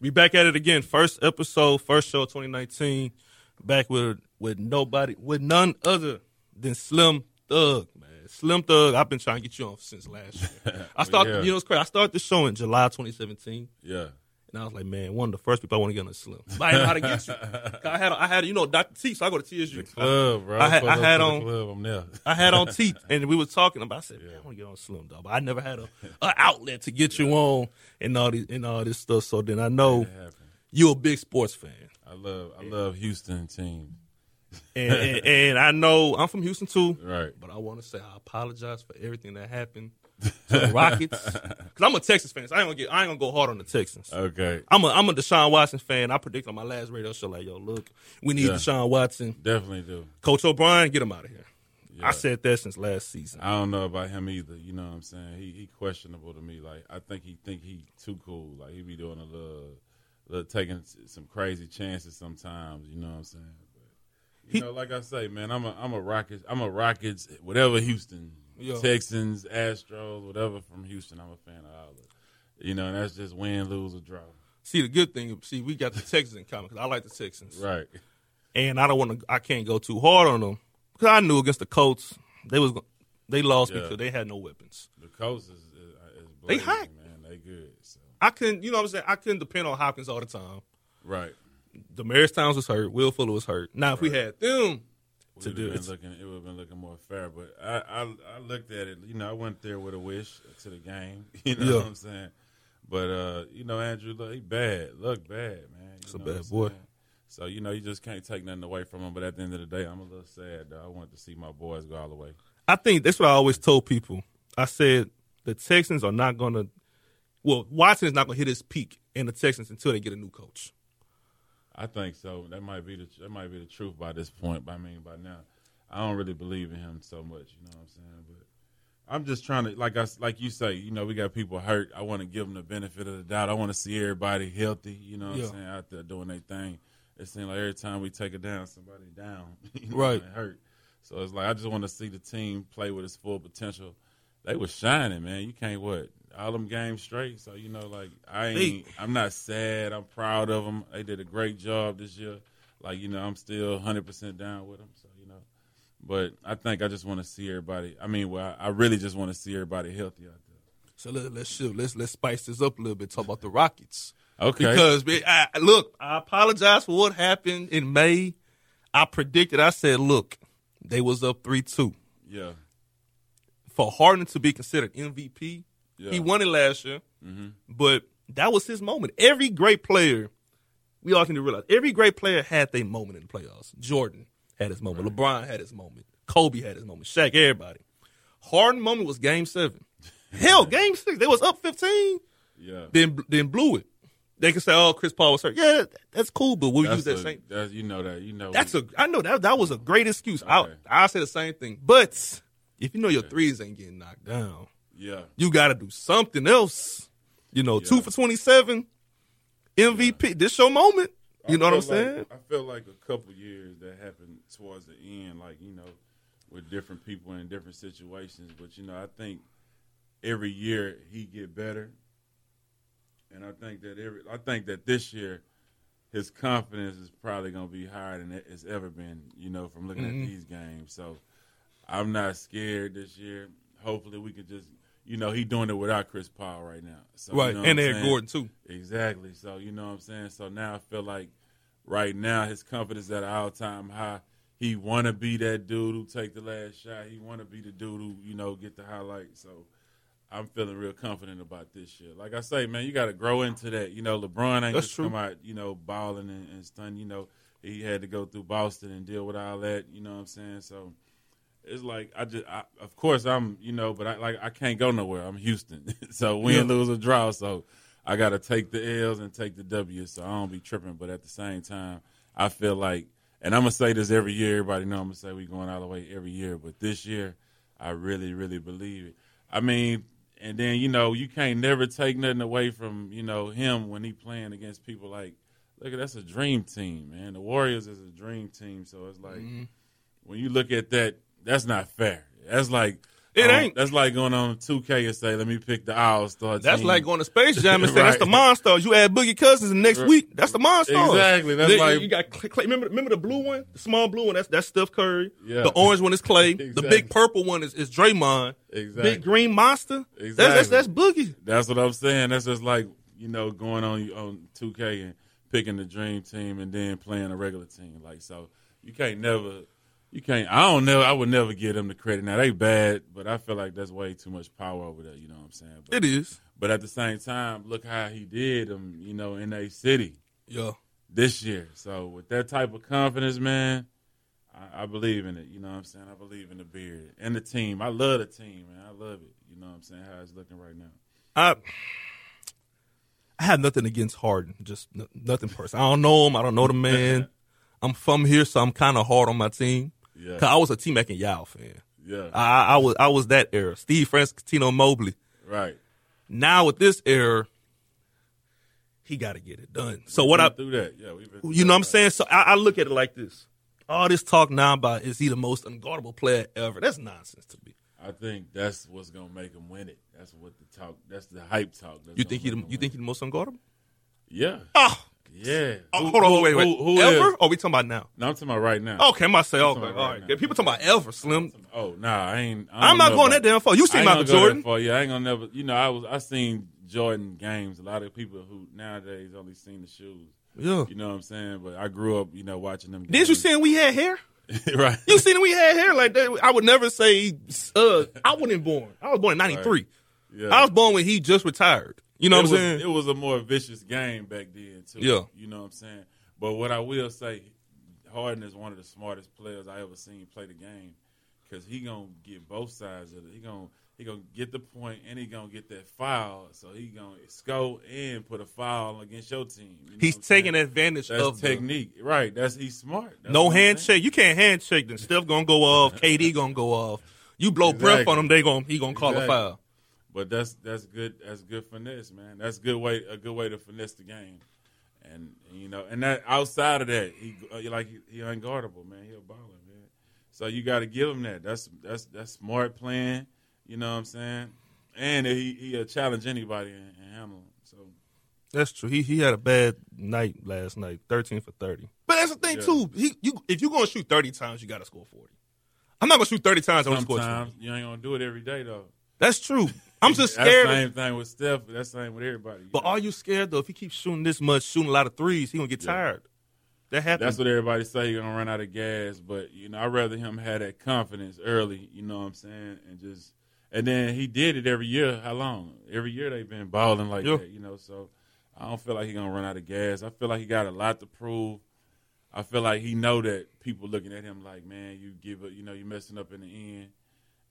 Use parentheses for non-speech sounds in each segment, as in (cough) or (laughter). We back at it again. First episode, first show of 2019. Back with with nobody, with none other than Slim Thug, man. Slim Thug, I've been trying to get you on since last (laughs) year. I started, yeah. you know, it's crazy. I started the show in July 2017. Yeah. And I was like, man, one of the first people I want to get on is Slim. But I didn't know how to get (laughs) you. 'Cause I had, I had, you know, Dr. T, so I go to TSU. Club, bro. I had- Pull I up had to the on- Club. I'm there. I had (laughs) on teeth, and we was talking about. I said, "Man, I want to get on Slim Dog," but I never had a, a outlet to get you on and all this and all this stuff. So then I know It happened. you're a big sports fan, I love I love Houston team. and, (laughs) and, and I know I'm from Houston too. Right. But I want to say I apologize for everything that happened to the (laughs) Rockets because I'm a Texas fan. So I ain't gonna get I ain't gonna go hard on the Texans. Okay. I'm a I'm a Deshaun Watson fan. I predicted on my last radio show like, "Yo, look, we need Yeah. Deshaun Watson, Definitely do. Coach O'Brien, get him out of here." Yeah. I said that since last season. I don't know about him either. You know what I'm saying? He he questionable to me. Like I think he think he too cool. Like he be doing a little, little taking s- some crazy chances sometimes. You know what I'm saying? But, you He- know, like I say, man, I'm a I'm a Rockets. I'm a Rockets. Whatever Houston, Yeah. Texans, Astros, whatever from Houston, I'm a fan of all of. it. You know, and that's just win, lose, or draw. See, the good thing, see, we got the Texans in common because I like the Texans, Right. and I don't want to, I can't go too hard on them because I knew against the Colts they was gon- they lost Yeah. because they had no weapons. The coast is, is, uh, is They blazing, hot. man. They good. So. I couldn't, you know, what I'm saying I couldn't depend on Hopkins all the time. Right. Demaris Towns was hurt, Will Fuller was hurt. Now if we had them, It to would do have been it. looking, it would have been looking more fair. But I, I, I looked at it. You know, I went there with a wish to the game. (laughs) You know Yeah. what I'm saying? But uh, you know, Andrew, look, he bad. Look bad, man. It's a bad boy. So you know, you just can't take nothing away from him. But at the end of the day, I'm a little sad. Though. I wanted to see my boys go all the way. I think that's what I always told people. I said the Texans are not going to, well, Watson is not going to hit his peak in the Texans until they get a new coach. I think so. That might be the that might be the truth by this point. I mean, by now, I don't really believe in him so much. You know what I'm saying? But I'm just trying to, like I s- like you say, you know, we got people hurt. I want to give them the benefit of the doubt. I want to see everybody healthy. You know what Yeah. I'm saying? Out there doing their thing. It seems like every time we take it down, somebody down. (laughs) you know, Right. and Hurt. So it's like I just want to see the team play with its full potential. They was shining, man. You can't what all them games straight. So you know, like I ain't. I'm not sad. I'm proud of them. They did a great job this year. Like you know, I'm still 100 percent down with them. So you know, but I think I just want to see everybody. I mean, well, I I really just want to see everybody healthy out there. So let, let's shift, let's let's spice this up a little bit. Talk about the Rockets. Okay. Because man, I, I- look, I apologize for what happened in May. I predicted. I said, look, they was up three two yeah. for Harden to be considered MVP. Yeah. Mm-hmm. He won it last year, but that was his moment. Every great player, we all can realize, every great player had their moment in the playoffs. Jordan had his moment. LeBron had his moment. Kobe had his moment. Shaq, everybody. Harden moment was Game (laughs) Seven. Hell, Game Six, they was up fifteen Yeah. then then blew it. They can say, "Oh, Chris Paul was hurt." Yeah, that's cool, but we'll use That's that a- same. that's- you know that. You know. That's a. I know that that was a great excuse. I Okay. I say the same thing, but if you know your threes ain't getting knocked down, yeah. you got to do something else. You know, Yeah. two for twenty seven, MVP. This your moment. You I know what I'm feel like- saying? I feel like a couple years that happened towards the end, like you know, with different people in different situations. But you know, I think every year he get better, and I think that every I think that this year his confidence is probably going to be higher than it- it's ever been. You know, from looking Mhm. at these games, so I'm not scared this year. Hopefully, we could just. You know he doing it without Chris Paul right now, so, you right, know what and I'm they had saying? Gordon too. Exactly. So you know what I'm saying. So now I feel like right now his confidence at an all time high. He want to be that dude who take the last shot. He want to be the dude who you know get the highlight. So I'm feeling real confident about this year. Like I say, man, you got to grow into that. You know, LeBron ain't That's just true. come out you know balling and, and stun. You know, he had to go through Boston and deal with all that. You know what I'm saying. So it's like I just, I, of course, I'm, you know, but I like I can't go nowhere. I'm Houston, (laughs) so win, Yeah. lose or draw, so I gotta take the L's and take the W, so I don't be tripping. But at the same time, I feel like, and I'm gonna say this every year. Everybody know I'm gonna say we going all the way every year, but this year, I really, really believe it. I mean, and then you know, you can't never take nothing away from you know him when he playing against people like, look, that's a dream team, man. The Warriors is a Mm-hmm. dream team, so it's like when you look at that, that's not fair. That's like It Um, ain't. That's like going on 2K and say, let me pick the All Star. That's like going to Space Jam (laughs) and say that's the Right. Monstars. You add Boogie Cousins and next Right. week. That's the Monstars. Exactly. That's Then like- you got Clay, Clay- remember remember the blue one, the small blue one. That's that's Steph Curry. Yeah. The orange one is Clay. (laughs) The Exactly. big purple one is, is Draymond. Exactly. Big green monster. That's, that's that's Boogie. That's what I'm saying. That's just like you know going on on 2K and picking the dream team and then playing a regular team. Like so, you can't never, you can't. I don't know. I would never give them the credit. Now they bad, but I feel like that's way too much power over there. You know what I'm saying? But, It is. but at the same time, look how he did them. You know, in a city Yeah. this year. So with that type of confidence, man, I, I believe in it. You know what I'm saying? I believe in the beard and the team. I love the team, man. I love it. You know what I'm saying? How it's looking right now. I I have nothing against Harden. Just n- nothing personal. I don't know him. I don't know the (laughs) man. I'm from here, so I'm kind of hard on my team. Yeah. 'Cause I was a T Mac and Yao fan. Yeah. I, I- I was I was that era. Steve Franciscino Mobley. right. Now with this era, he got to get it done. So what been I, through that. Yeah, we've been through you know, what I'm that. saying. So I, I look at it like this: all this talk now about is he the most unguardable player ever? That's nonsense to me. I think that's what's gonna make him win it. That's what the talk. That's the hype talk. that's You gonna think he? the- make him You win think he it. the most unguardable? Yeah. Oh, Yeah. oh, Who- hold on, Ah, who- wait, wait. Who, who ever? Oh. is- Or we talking about now? No, I'm talking about right now. Okay, I'm about to say okay. talking about all right right, now. people talking about ever Slim. Oh nah, I ain't. I I'm don't not know going about- that damn far. You I seen ain't Michael gonna go that Jordan? far. Yeah, I ain't gonna never. You know, I was. I seen Jordan games. A lot of people who nowadays only seen the shoes. Yeah. You know what I'm saying? But I grew up, you know, watching them. Didn't you see him? We had hair. see? (laughs) right. You seen him? We had hair like that. I would never say. Uh, I wasn't born. I was born in '93. Yeah. I was born when he just retired. You know what I'm it saying? was, It was a more vicious game back then, too. Yeah. You know what I'm saying? But what I will say, Harden is one of the smartest players I ever seen play the game because he going to get both sides of it. He going to he gonna get the point and he going to get that foul. So he going to score and put a foul against your team. You know He's what I'm taking saying? advantage That's of the- technique. Right. That's He's smart. That's no what I'm saying. handshake. You can't handshake. Then Steph gonna go off. KD gonna go off. You blow breath Exactly. on him. They gonna he gonna call Exactly. a foul. But that's that's good. That's good finesse, man. That's good way a good way to finesse the game, and you know, and that outside of that, he uh, you like he, he unguardable, man. He a baller, man. So you got to give him that. That's that's that's smart playing. You know what I'm saying? And he he'll challenge anybody and, and handle him. So That's true. He he had a bad night last night. Thirteen for thirty. But that's the thing Yeah. too. He you if you gonna shoot thirty times, you gotta score forty. I'm not gonna shoot thirty times. I'm gonna score 20. sometimes you ain't gonna do it every day though. That's true. I'm just (laughs) That's scared. same thing with Steph. but That's same with everybody. But are you scared though? If he keeps shooting this much, shooting a lot of threes, he gonna get Yeah. tired. That happens. That's what everybody say. You're gonna run out of gas, but you know, I'd rather him have that confidence early. You know what I'm saying? And just and then he did it every year. How long? Every year they've been balling like Yeah. that. You know, so I don't feel like he's gonna run out of gas. I feel like he got a lot to prove. I feel like he know that people looking at him like, man, you give up. You know, you messing up in the end.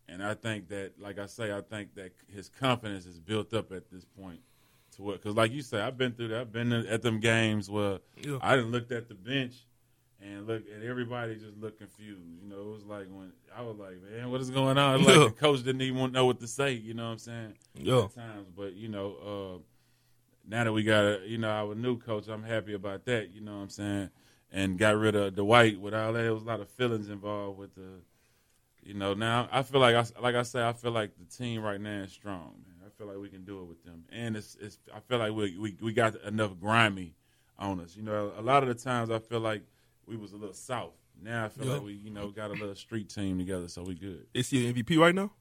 And I think that, like I say, I think that his confidence is built up at this point. To what? Because, like you say, I've been through that. I've been at them games where Yeah. I didn't looked at the bench and look and everybody just looked confused. You know, it was like when I was like, man, what is going on? It's Like Yeah. the coach didn't even want to know what to say. You know what I'm saying? Yeah. At times, but you know, uh, now that we got a, you know our new coach, I'm happy about that. You know what I'm saying? And got rid of Dwight with all that. There was a lot of feelings involved with the. You know, now I feel like I like I say I feel like the team right now is strong, man. I feel like we can do it with them, and it's, it's I feel like we, we we got enough grimy on us. You know, a lot of the times I feel like we was a little soft. Now I feel Yeah. like we you know got a little street team together, so we good. Is he an MVP right now?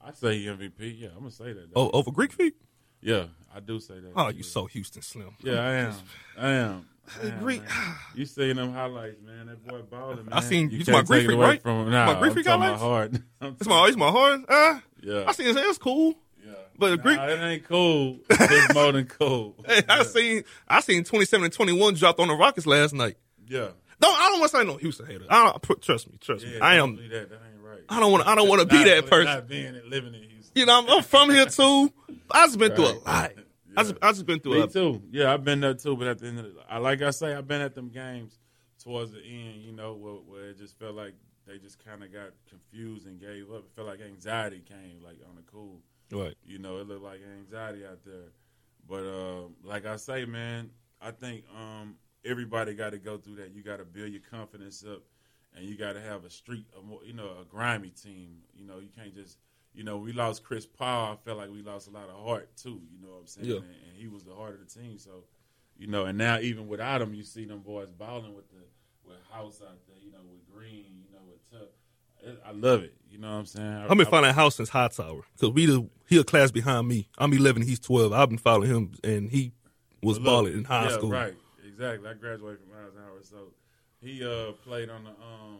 I say he MVP. Yeah, I'm gonna say that. though. Oh, over Greek feet? yeah, I do say that. Oh, you so Houston Slim. Yeah, I am. I am. (laughs) I am, (sighs) Greek- (sighs) man. You seen them highlights, man? That boy balling, man. I seen- you you talking can't about take it Greek, away right? from Talking him. Nah, about Greek I'm talking about highlights? (laughs) hard. I'm It's my it's my heart. Uh, Yeah. I seen it. It's cool. Yeah. But nah, Greek- it ain't (laughs) cool. It's more than cool. Hey, I seen I seen twenty seven and twenty one dropped on the Rockets last night. Yeah. No, I don't want to say no Houston hater. I don't, trust me, trust me. Yeah, I don't am. do That. that ain't right. I don't want. I don't want to be Not- that person. Not being and living in Houston. You know, I'm, I'm from here too. I just been through a Right. lot. I just Yeah. I just been through Me a. too. Yeah, I've been there too. But at the end of the, I like I say, I've been at them games towards the end. You know, where, where it just felt like they just kind of got confused and gave up. It felt like anxiety came like on the cool. Right. You know, it looked like anxiety out there. But uh, like I say, man, I think um, everybody got to go through that. You got to build your confidence up, and you got to have a street, a more, you know, a grimy team. You know, you can't just you know, we lost Chris Paul. I felt like we lost a lot of heart too. You know what I'm saying? Yeah. And, and he was the heart of the team. So, you know, and now even without him, you see them boys balling with the with House out there. You know, with Green. You know, with Tuck. It- I love it. You know what I'm saying? I, I've been I- following Houston's High Tower because we the he a class behind me. I'm 11, he's 12. I've been following him, and he was Look, balling in high yeah, school. Right, exactly. I graduated from Eisenhower, so he uh, played on the. Um,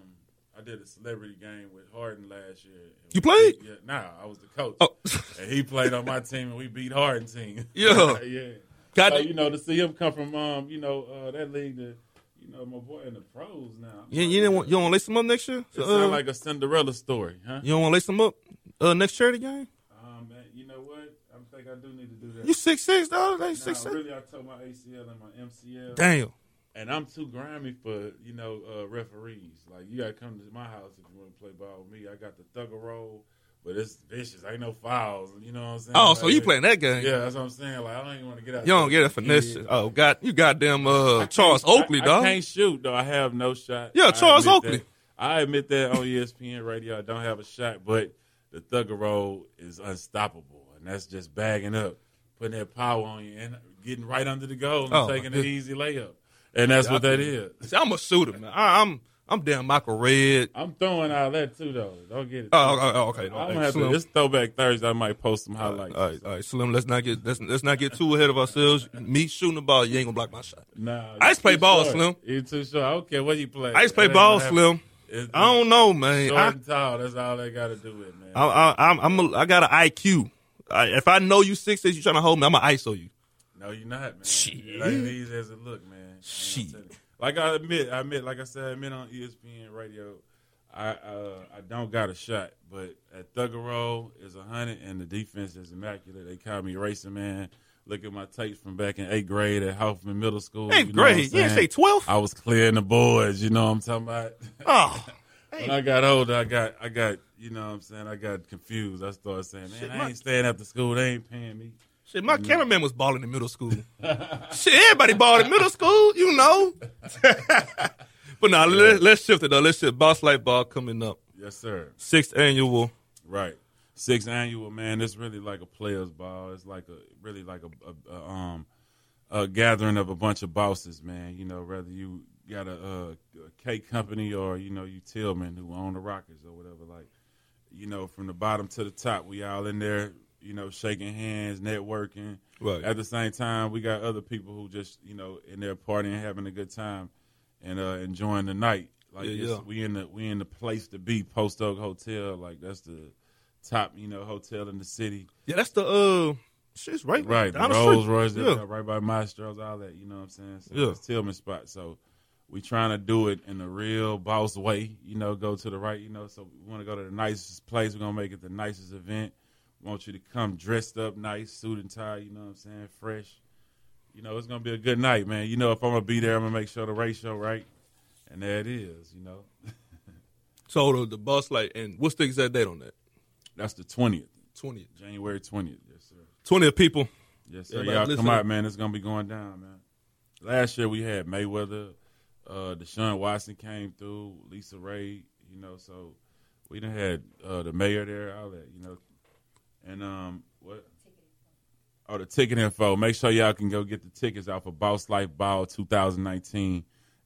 I did a celebrity game with Harden last year. And You we played? beat- yeah, nah, I was the coach, Oh, (laughs) and he played on my team, and we beat Harden team. (laughs) Yeah. yeah. God, So, you know, to see him come from, um, you know, uh, that league to, you know, my boy in the pros now. you, you didn't want you don't want to lace him up next year. It Uh, sounds like a Cinderella story, huh? you don't want to lace him up uh, next charity game. Um, man, you know what? I think I do need to do that. You six six dog. They Nah, six six. really, I told my ACL and my MCL. Damn. and I'm too grimy for you know uh, referees. Like you gotta come to my house if you want to play ball with me. I got the thugger roll, but it's vicious. Ain't no fouls. You know what I'm saying? Oh, so Like, you playing that game? Yeah, that's what I'm saying. Like I don't even want to get out. You don't there. get a finesse. Yeah. Oh God, you goddamn uh, I Charles can't- Oakley I, dog. I can't shoot though. I have no shot. Yeah, I Charles admit Oakley. that. I admit that on E ESPN radio, I don't have a shot, but the thugger roll is unstoppable, and that's just bagging up, putting that power on you, and getting right under the goal and Oh, my taking an goodness. easy layup, and that's Yeah, I what that feel is. See, I'm a shooter, man. I, I'm I'm damn Michael Red. I'm throwing all that too, though. Don't get it. Oh, oh, oh, okay. I'm gonna okay, have to. Slim. It's Throwback Thursday. I might post some all right, highlights. all right, all right, Slim. Let's not get let's, let's not get too ahead of ourselves. Me shooting the ball, you ain't gonna block my shot. Nah, I used to play you too ball, short. Slim. You too short. I don't care what you play. I used to play ball, Slim. I don't know, man. Short I, and tall. That's all they got to do with man. I, I, I'm, I'm a, I got an IQ. I, if I know you six six, you trying to hold me, I'm gonna ISO you. no, you're not, man. Shit. It ain't easy as it look, man. I ain't gonna Shit. tell you. Like I admit, I admit, like I said, I admit on E ESPN radio, I uh, I don't got a shot, but at Thugger Roll is a hundred, and the defense is immaculate. They call me Racing Man. Look at my tapes from back in eighth grade at Hoffman Middle School. Hey, you know what I'm great. You ain't saying? say twelve. I was clearing the boards, you know what I'm talking about? (laughs) Oh, When I got older, I got I got you know what I'm saying, I got confused. I started saying, Man, Shit, I my- ain't staying after school, they ain't paying me. shit. My cameraman was balling in middle (laughs) school. shit, everybody balled in middle school, you know. (laughs) but now let, let's shift it though. Let's shift. Boss Life Ball coming up. Yes, sir. Sixth annual. Right. Six annual, man, it's really like a players ball. It's like a really like a, a, a um a gathering of a bunch of bosses, man. You know, whether you got a, uh, a cake company or, you know, you Tillman who own the Rockets or whatever, like you know, from the bottom to the top, we all in there, you know, shaking hands, networking. Right. At the same time, we got other people who just you know in their party and having a good time and uh, enjoying the night. Like Yeah, it's- yeah. we in the we in the place to be, Post Oak Hotel. Like that's the top you know hotel in the city. Yeah, that's the uh, shit's right. Right, the down the Rolls street. Royce, Yeah. right by Maestro's, all that. You know what I'm saying? So Yeah. It's Tillman spot. So we trying to do it in the real boss way. You know, go to the right. You know, so we want to go to the nicest place. We're gonna make it the nicest event. Want you to come dressed up, nice suit and tie. You know what I'm saying? Fresh. You know, it's gonna be a good night, man. You know, if I'm gonna be there, I'm gonna make sure the ratio right. And there it is. You know, So the, the Boss Life and what's the exact date on that? that's the twentieth, Twentieth. January twentieth. Yes, sir. Twentieth people. Yes, sir. Everybody Y'all listen come up. out, man. It's gonna be going down, man. Last year we had Mayweather, uh, Deshaun Watson came through, Lisa Ray, you know, so we done had uh, the mayor there, all that, you know. And um what Oh, the ticket info. Make sure y'all can go get the tickets out for Boss Life Ball 2019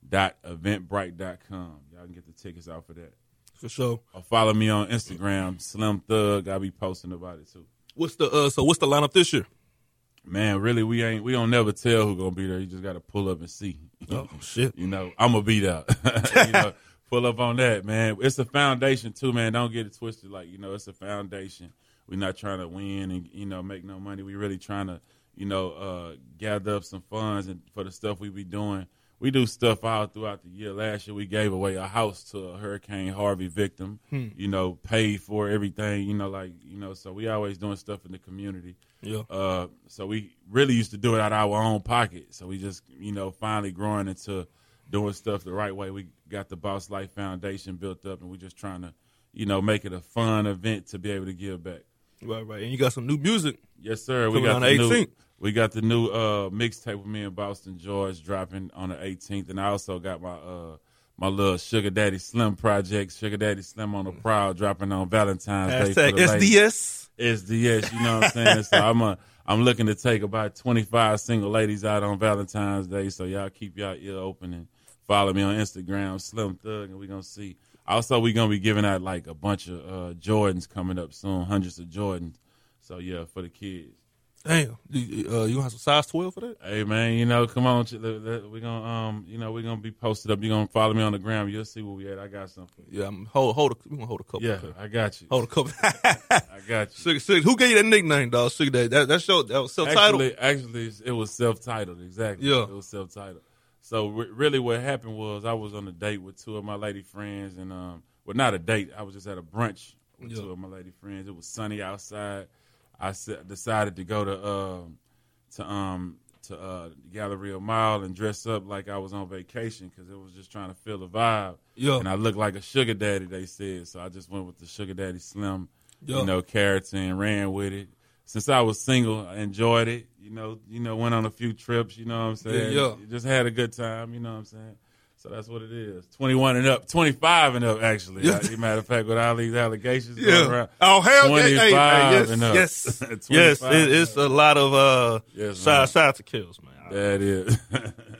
dot eventbrite.com. Y'all can get the tickets out for that. For sure. Or follow me on Instagram, Slim Thug. I'll be posting about it too. What's the uh? So what's the lineup this year? Man, really, we ain't we don't never tell who gonna be there. You just gotta pull up and see. Oh shit. You know, I'm gonna be there. (laughs) you know, pull up on that, man. It's a foundation too, man. Don't get it twisted. Like you know, it's a foundation. We're not trying to win and you know make no money. We really trying to you know uh, gather up some funds and for the stuff we be doing. We do stuff all throughout the year. Last year, we gave away a house to a Hurricane Harvey victim. You know, paid for everything. You know, like you know, so we always doing stuff in the community. Yeah. Uh, so we really used to do it out of our own pocket. So we just, you know, finally growing into doing stuff the right way. We got the Boss Life Foundation built up, and we're just trying to, you know, make it a fun event to be able to give back. Right, right. And you got some new music. Yes, sir. Coming we got on the the new 18th. we got the new uh, mixtape with me and Boston George dropping on the 18th, and I also got my uh, my little Sugar Daddy Slim project, Sugar Daddy Slim on the prowl, dropping on Valentine's Mm. Day. Hashtag For the ladies. SDS. SDS, you know what I'm saying? so I'm a, I'm looking to take about 25 single ladies out on Valentine's Day. So y'all keep y'all ear open and follow me on Instagram, Slim Thug, and we're gonna see. Also, we're gonna be giving out like a bunch of uh, Jordans coming up soon, hundreds of Jordans. So yeah, for the kids. Damn, you, uh, you gonna have some size twelve for that? Hey man, you know, come on, ch- look, look, we gonna um, you know, we're gonna be posted up. You are gonna follow me on the gram. You'll see where we at. I got something. Yeah, I'm hold hold. A, we gonna hold a couple. Yeah, Okay. I got you. hold a couple. (laughs) I got you. Sugar, Sugar, who gave you that nickname, dog? Sugar Daddy. That, that's your that was self titled. Actually, actually, it's- it was self-titled. Exactly. Yeah. It was self-titled. So re- really, what happened was I was on a date with two of my lady friends, and um, well, not a date. I was just at a brunch with Yeah. two of my lady friends. It was sunny outside. I s- decided to go to um, to um to uh, Galleria Mile and dress up like I was on vacation because it was just trying to feel the vibe. Yeah. And I looked like a sugar daddy. They said so. I just went with the sugar daddy slim Yeah. you know, keratin, ran with it. Since I was single, I enjoyed it. You know, you know, went on a few trips, you know what I'm saying? Yeah, yeah. Just had a good time, you know what I'm saying? So that's what it is. Twenty one and up, twenty five and up actually. Yeah. As a matter of fact, with all these allegations going Yeah. around. Oh hell yeah! Hey, hey, 25 yes, and up. (laughs) yes, 25 yes. and It, it's a lot of uh Yes, side side to kills, man. That is. (laughs)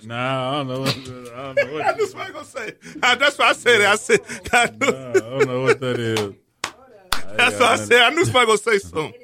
nah, I don't know what I don't know what, That's what (laughs) I gonna say. I- that's what I said. I said. I knew, nah, I don't know what that is. (laughs) that's what I said. I knew somebody gonna (laughs) say something.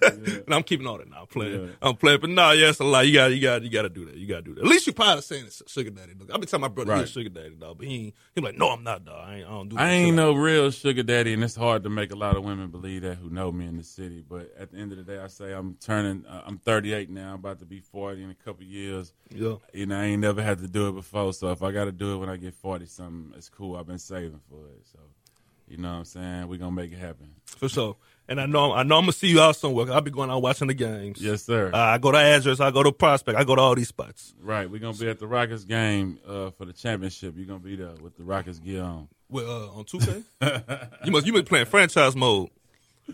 (laughs) and I'm keeping all that now. I'm playing. Yeah. I'm playing. But no, yeah, it's a lot. You got, to you got, to you got to do that. You got to do that. At least you probably saying it's sugar daddy. Look, I've been telling my brother Right. he's a sugar daddy dog, but he ain't, he like, no, I'm not dog. I, ain't, I don't do. I that ain't shit. no real sugar daddy, and it's hard to make a lot of women believe that who know me in the city. But at the end of the day, I say I'm turning. Uh, I'm 38 now. I'm about to be 40 in a couple years. Yeah. You know, I ain't never had to do it before. So if I got to do it when I get 40 something, it's cool. I've been saving for it. So you know what I'm saying? We're gonna make it happen. For sure. And I know I know I'm gonna see you out somewhere. 'cause I'll be going out watching the games. Yes, sir. Uh, I go to Address, I go to Prospect, I go to all these spots. right. We're gonna be at the Rockets game uh, for the championship. You're gonna be there with the Rockets gear on. Well, uh, on (laughs) 2K, you must you been playing franchise mode.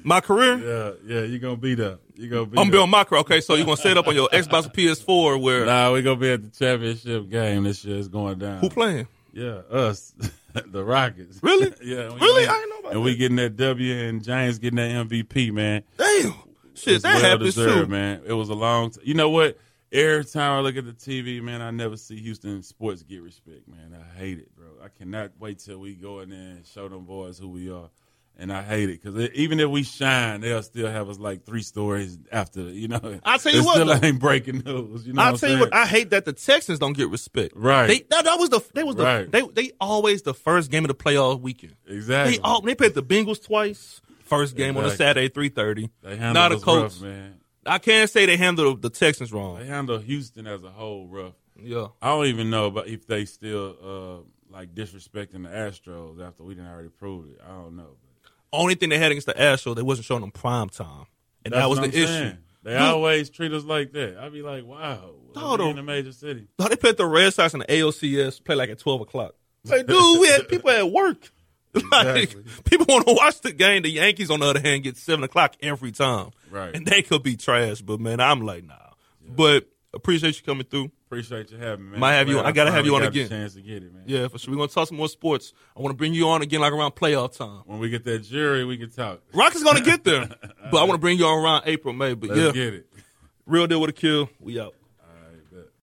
My career, Yeah, yeah. You're gonna be there. You're gonna be. I'm there. building my career. Okay, so you are gonna set it up on your Xbox or PS4 where Nah, we're gonna be at the championship game this year. It's going down. who playing? Yeah, us, (laughs) the Rockets. Really? (laughs) yeah. we- Really? I ain't know about And we getting that W, and James getting that MVP, man. Damn, shit, It's that well happens too. deserved, man. It was a long. T- you know what? Every time I look at the TV, man, I never see Houston sports get respect, man. I hate it, bro. I cannot wait till we go in there and show them boys who we are, and I hate it because even if we shine, they'll still have us like three stories after. You know, I'll (laughs) tell you It what, still though. ain't breaking news. You know, I'll what tell I'm you what, saying? I hate that the Texans don't get respect. Right. They, that, that was the they was the, Right. they they always the first game of the playoff weekend. exactly. They all they played the Bengals twice. First game on a Exactly. Saturday, three thirty. they Not a handle us coach. rough, man. I can't say they handled the Texans They wrong. handle Houston as a whole rough. Yeah. I don't even know about if they still uh, like disrespecting the Astros after we didn't already prove it. I don't know. Only thing they had against the Astros, they wasn't showing them prime time, and that was what the I'm issue. saying. They Dude. always treat us like that. I'd be like, wow, Dog, we the- in a major city. No, they played the Red Sox and the ALCS play like at twelve o'clock. Like, dude, we had people at work. (laughs) Like, Exactly. people want to watch the game. The Yankees, on the other hand, get seven o'clock every time, Right. and they could be trash. But man, I'm like, nah. But appreciate you coming through. Appreciate you having me. Man. Might have you- Glad I gotta have finally you on got again. A chance to get it, man. Yeah, for sure. We're gonna talk some more sports. I want to bring you on again, like around playoff time. When we get that jury, we can talk. Rockets (laughs) gonna get there, but I want to bring you on around April, May. But Let's yeah, get it. real deal with a kill. We out.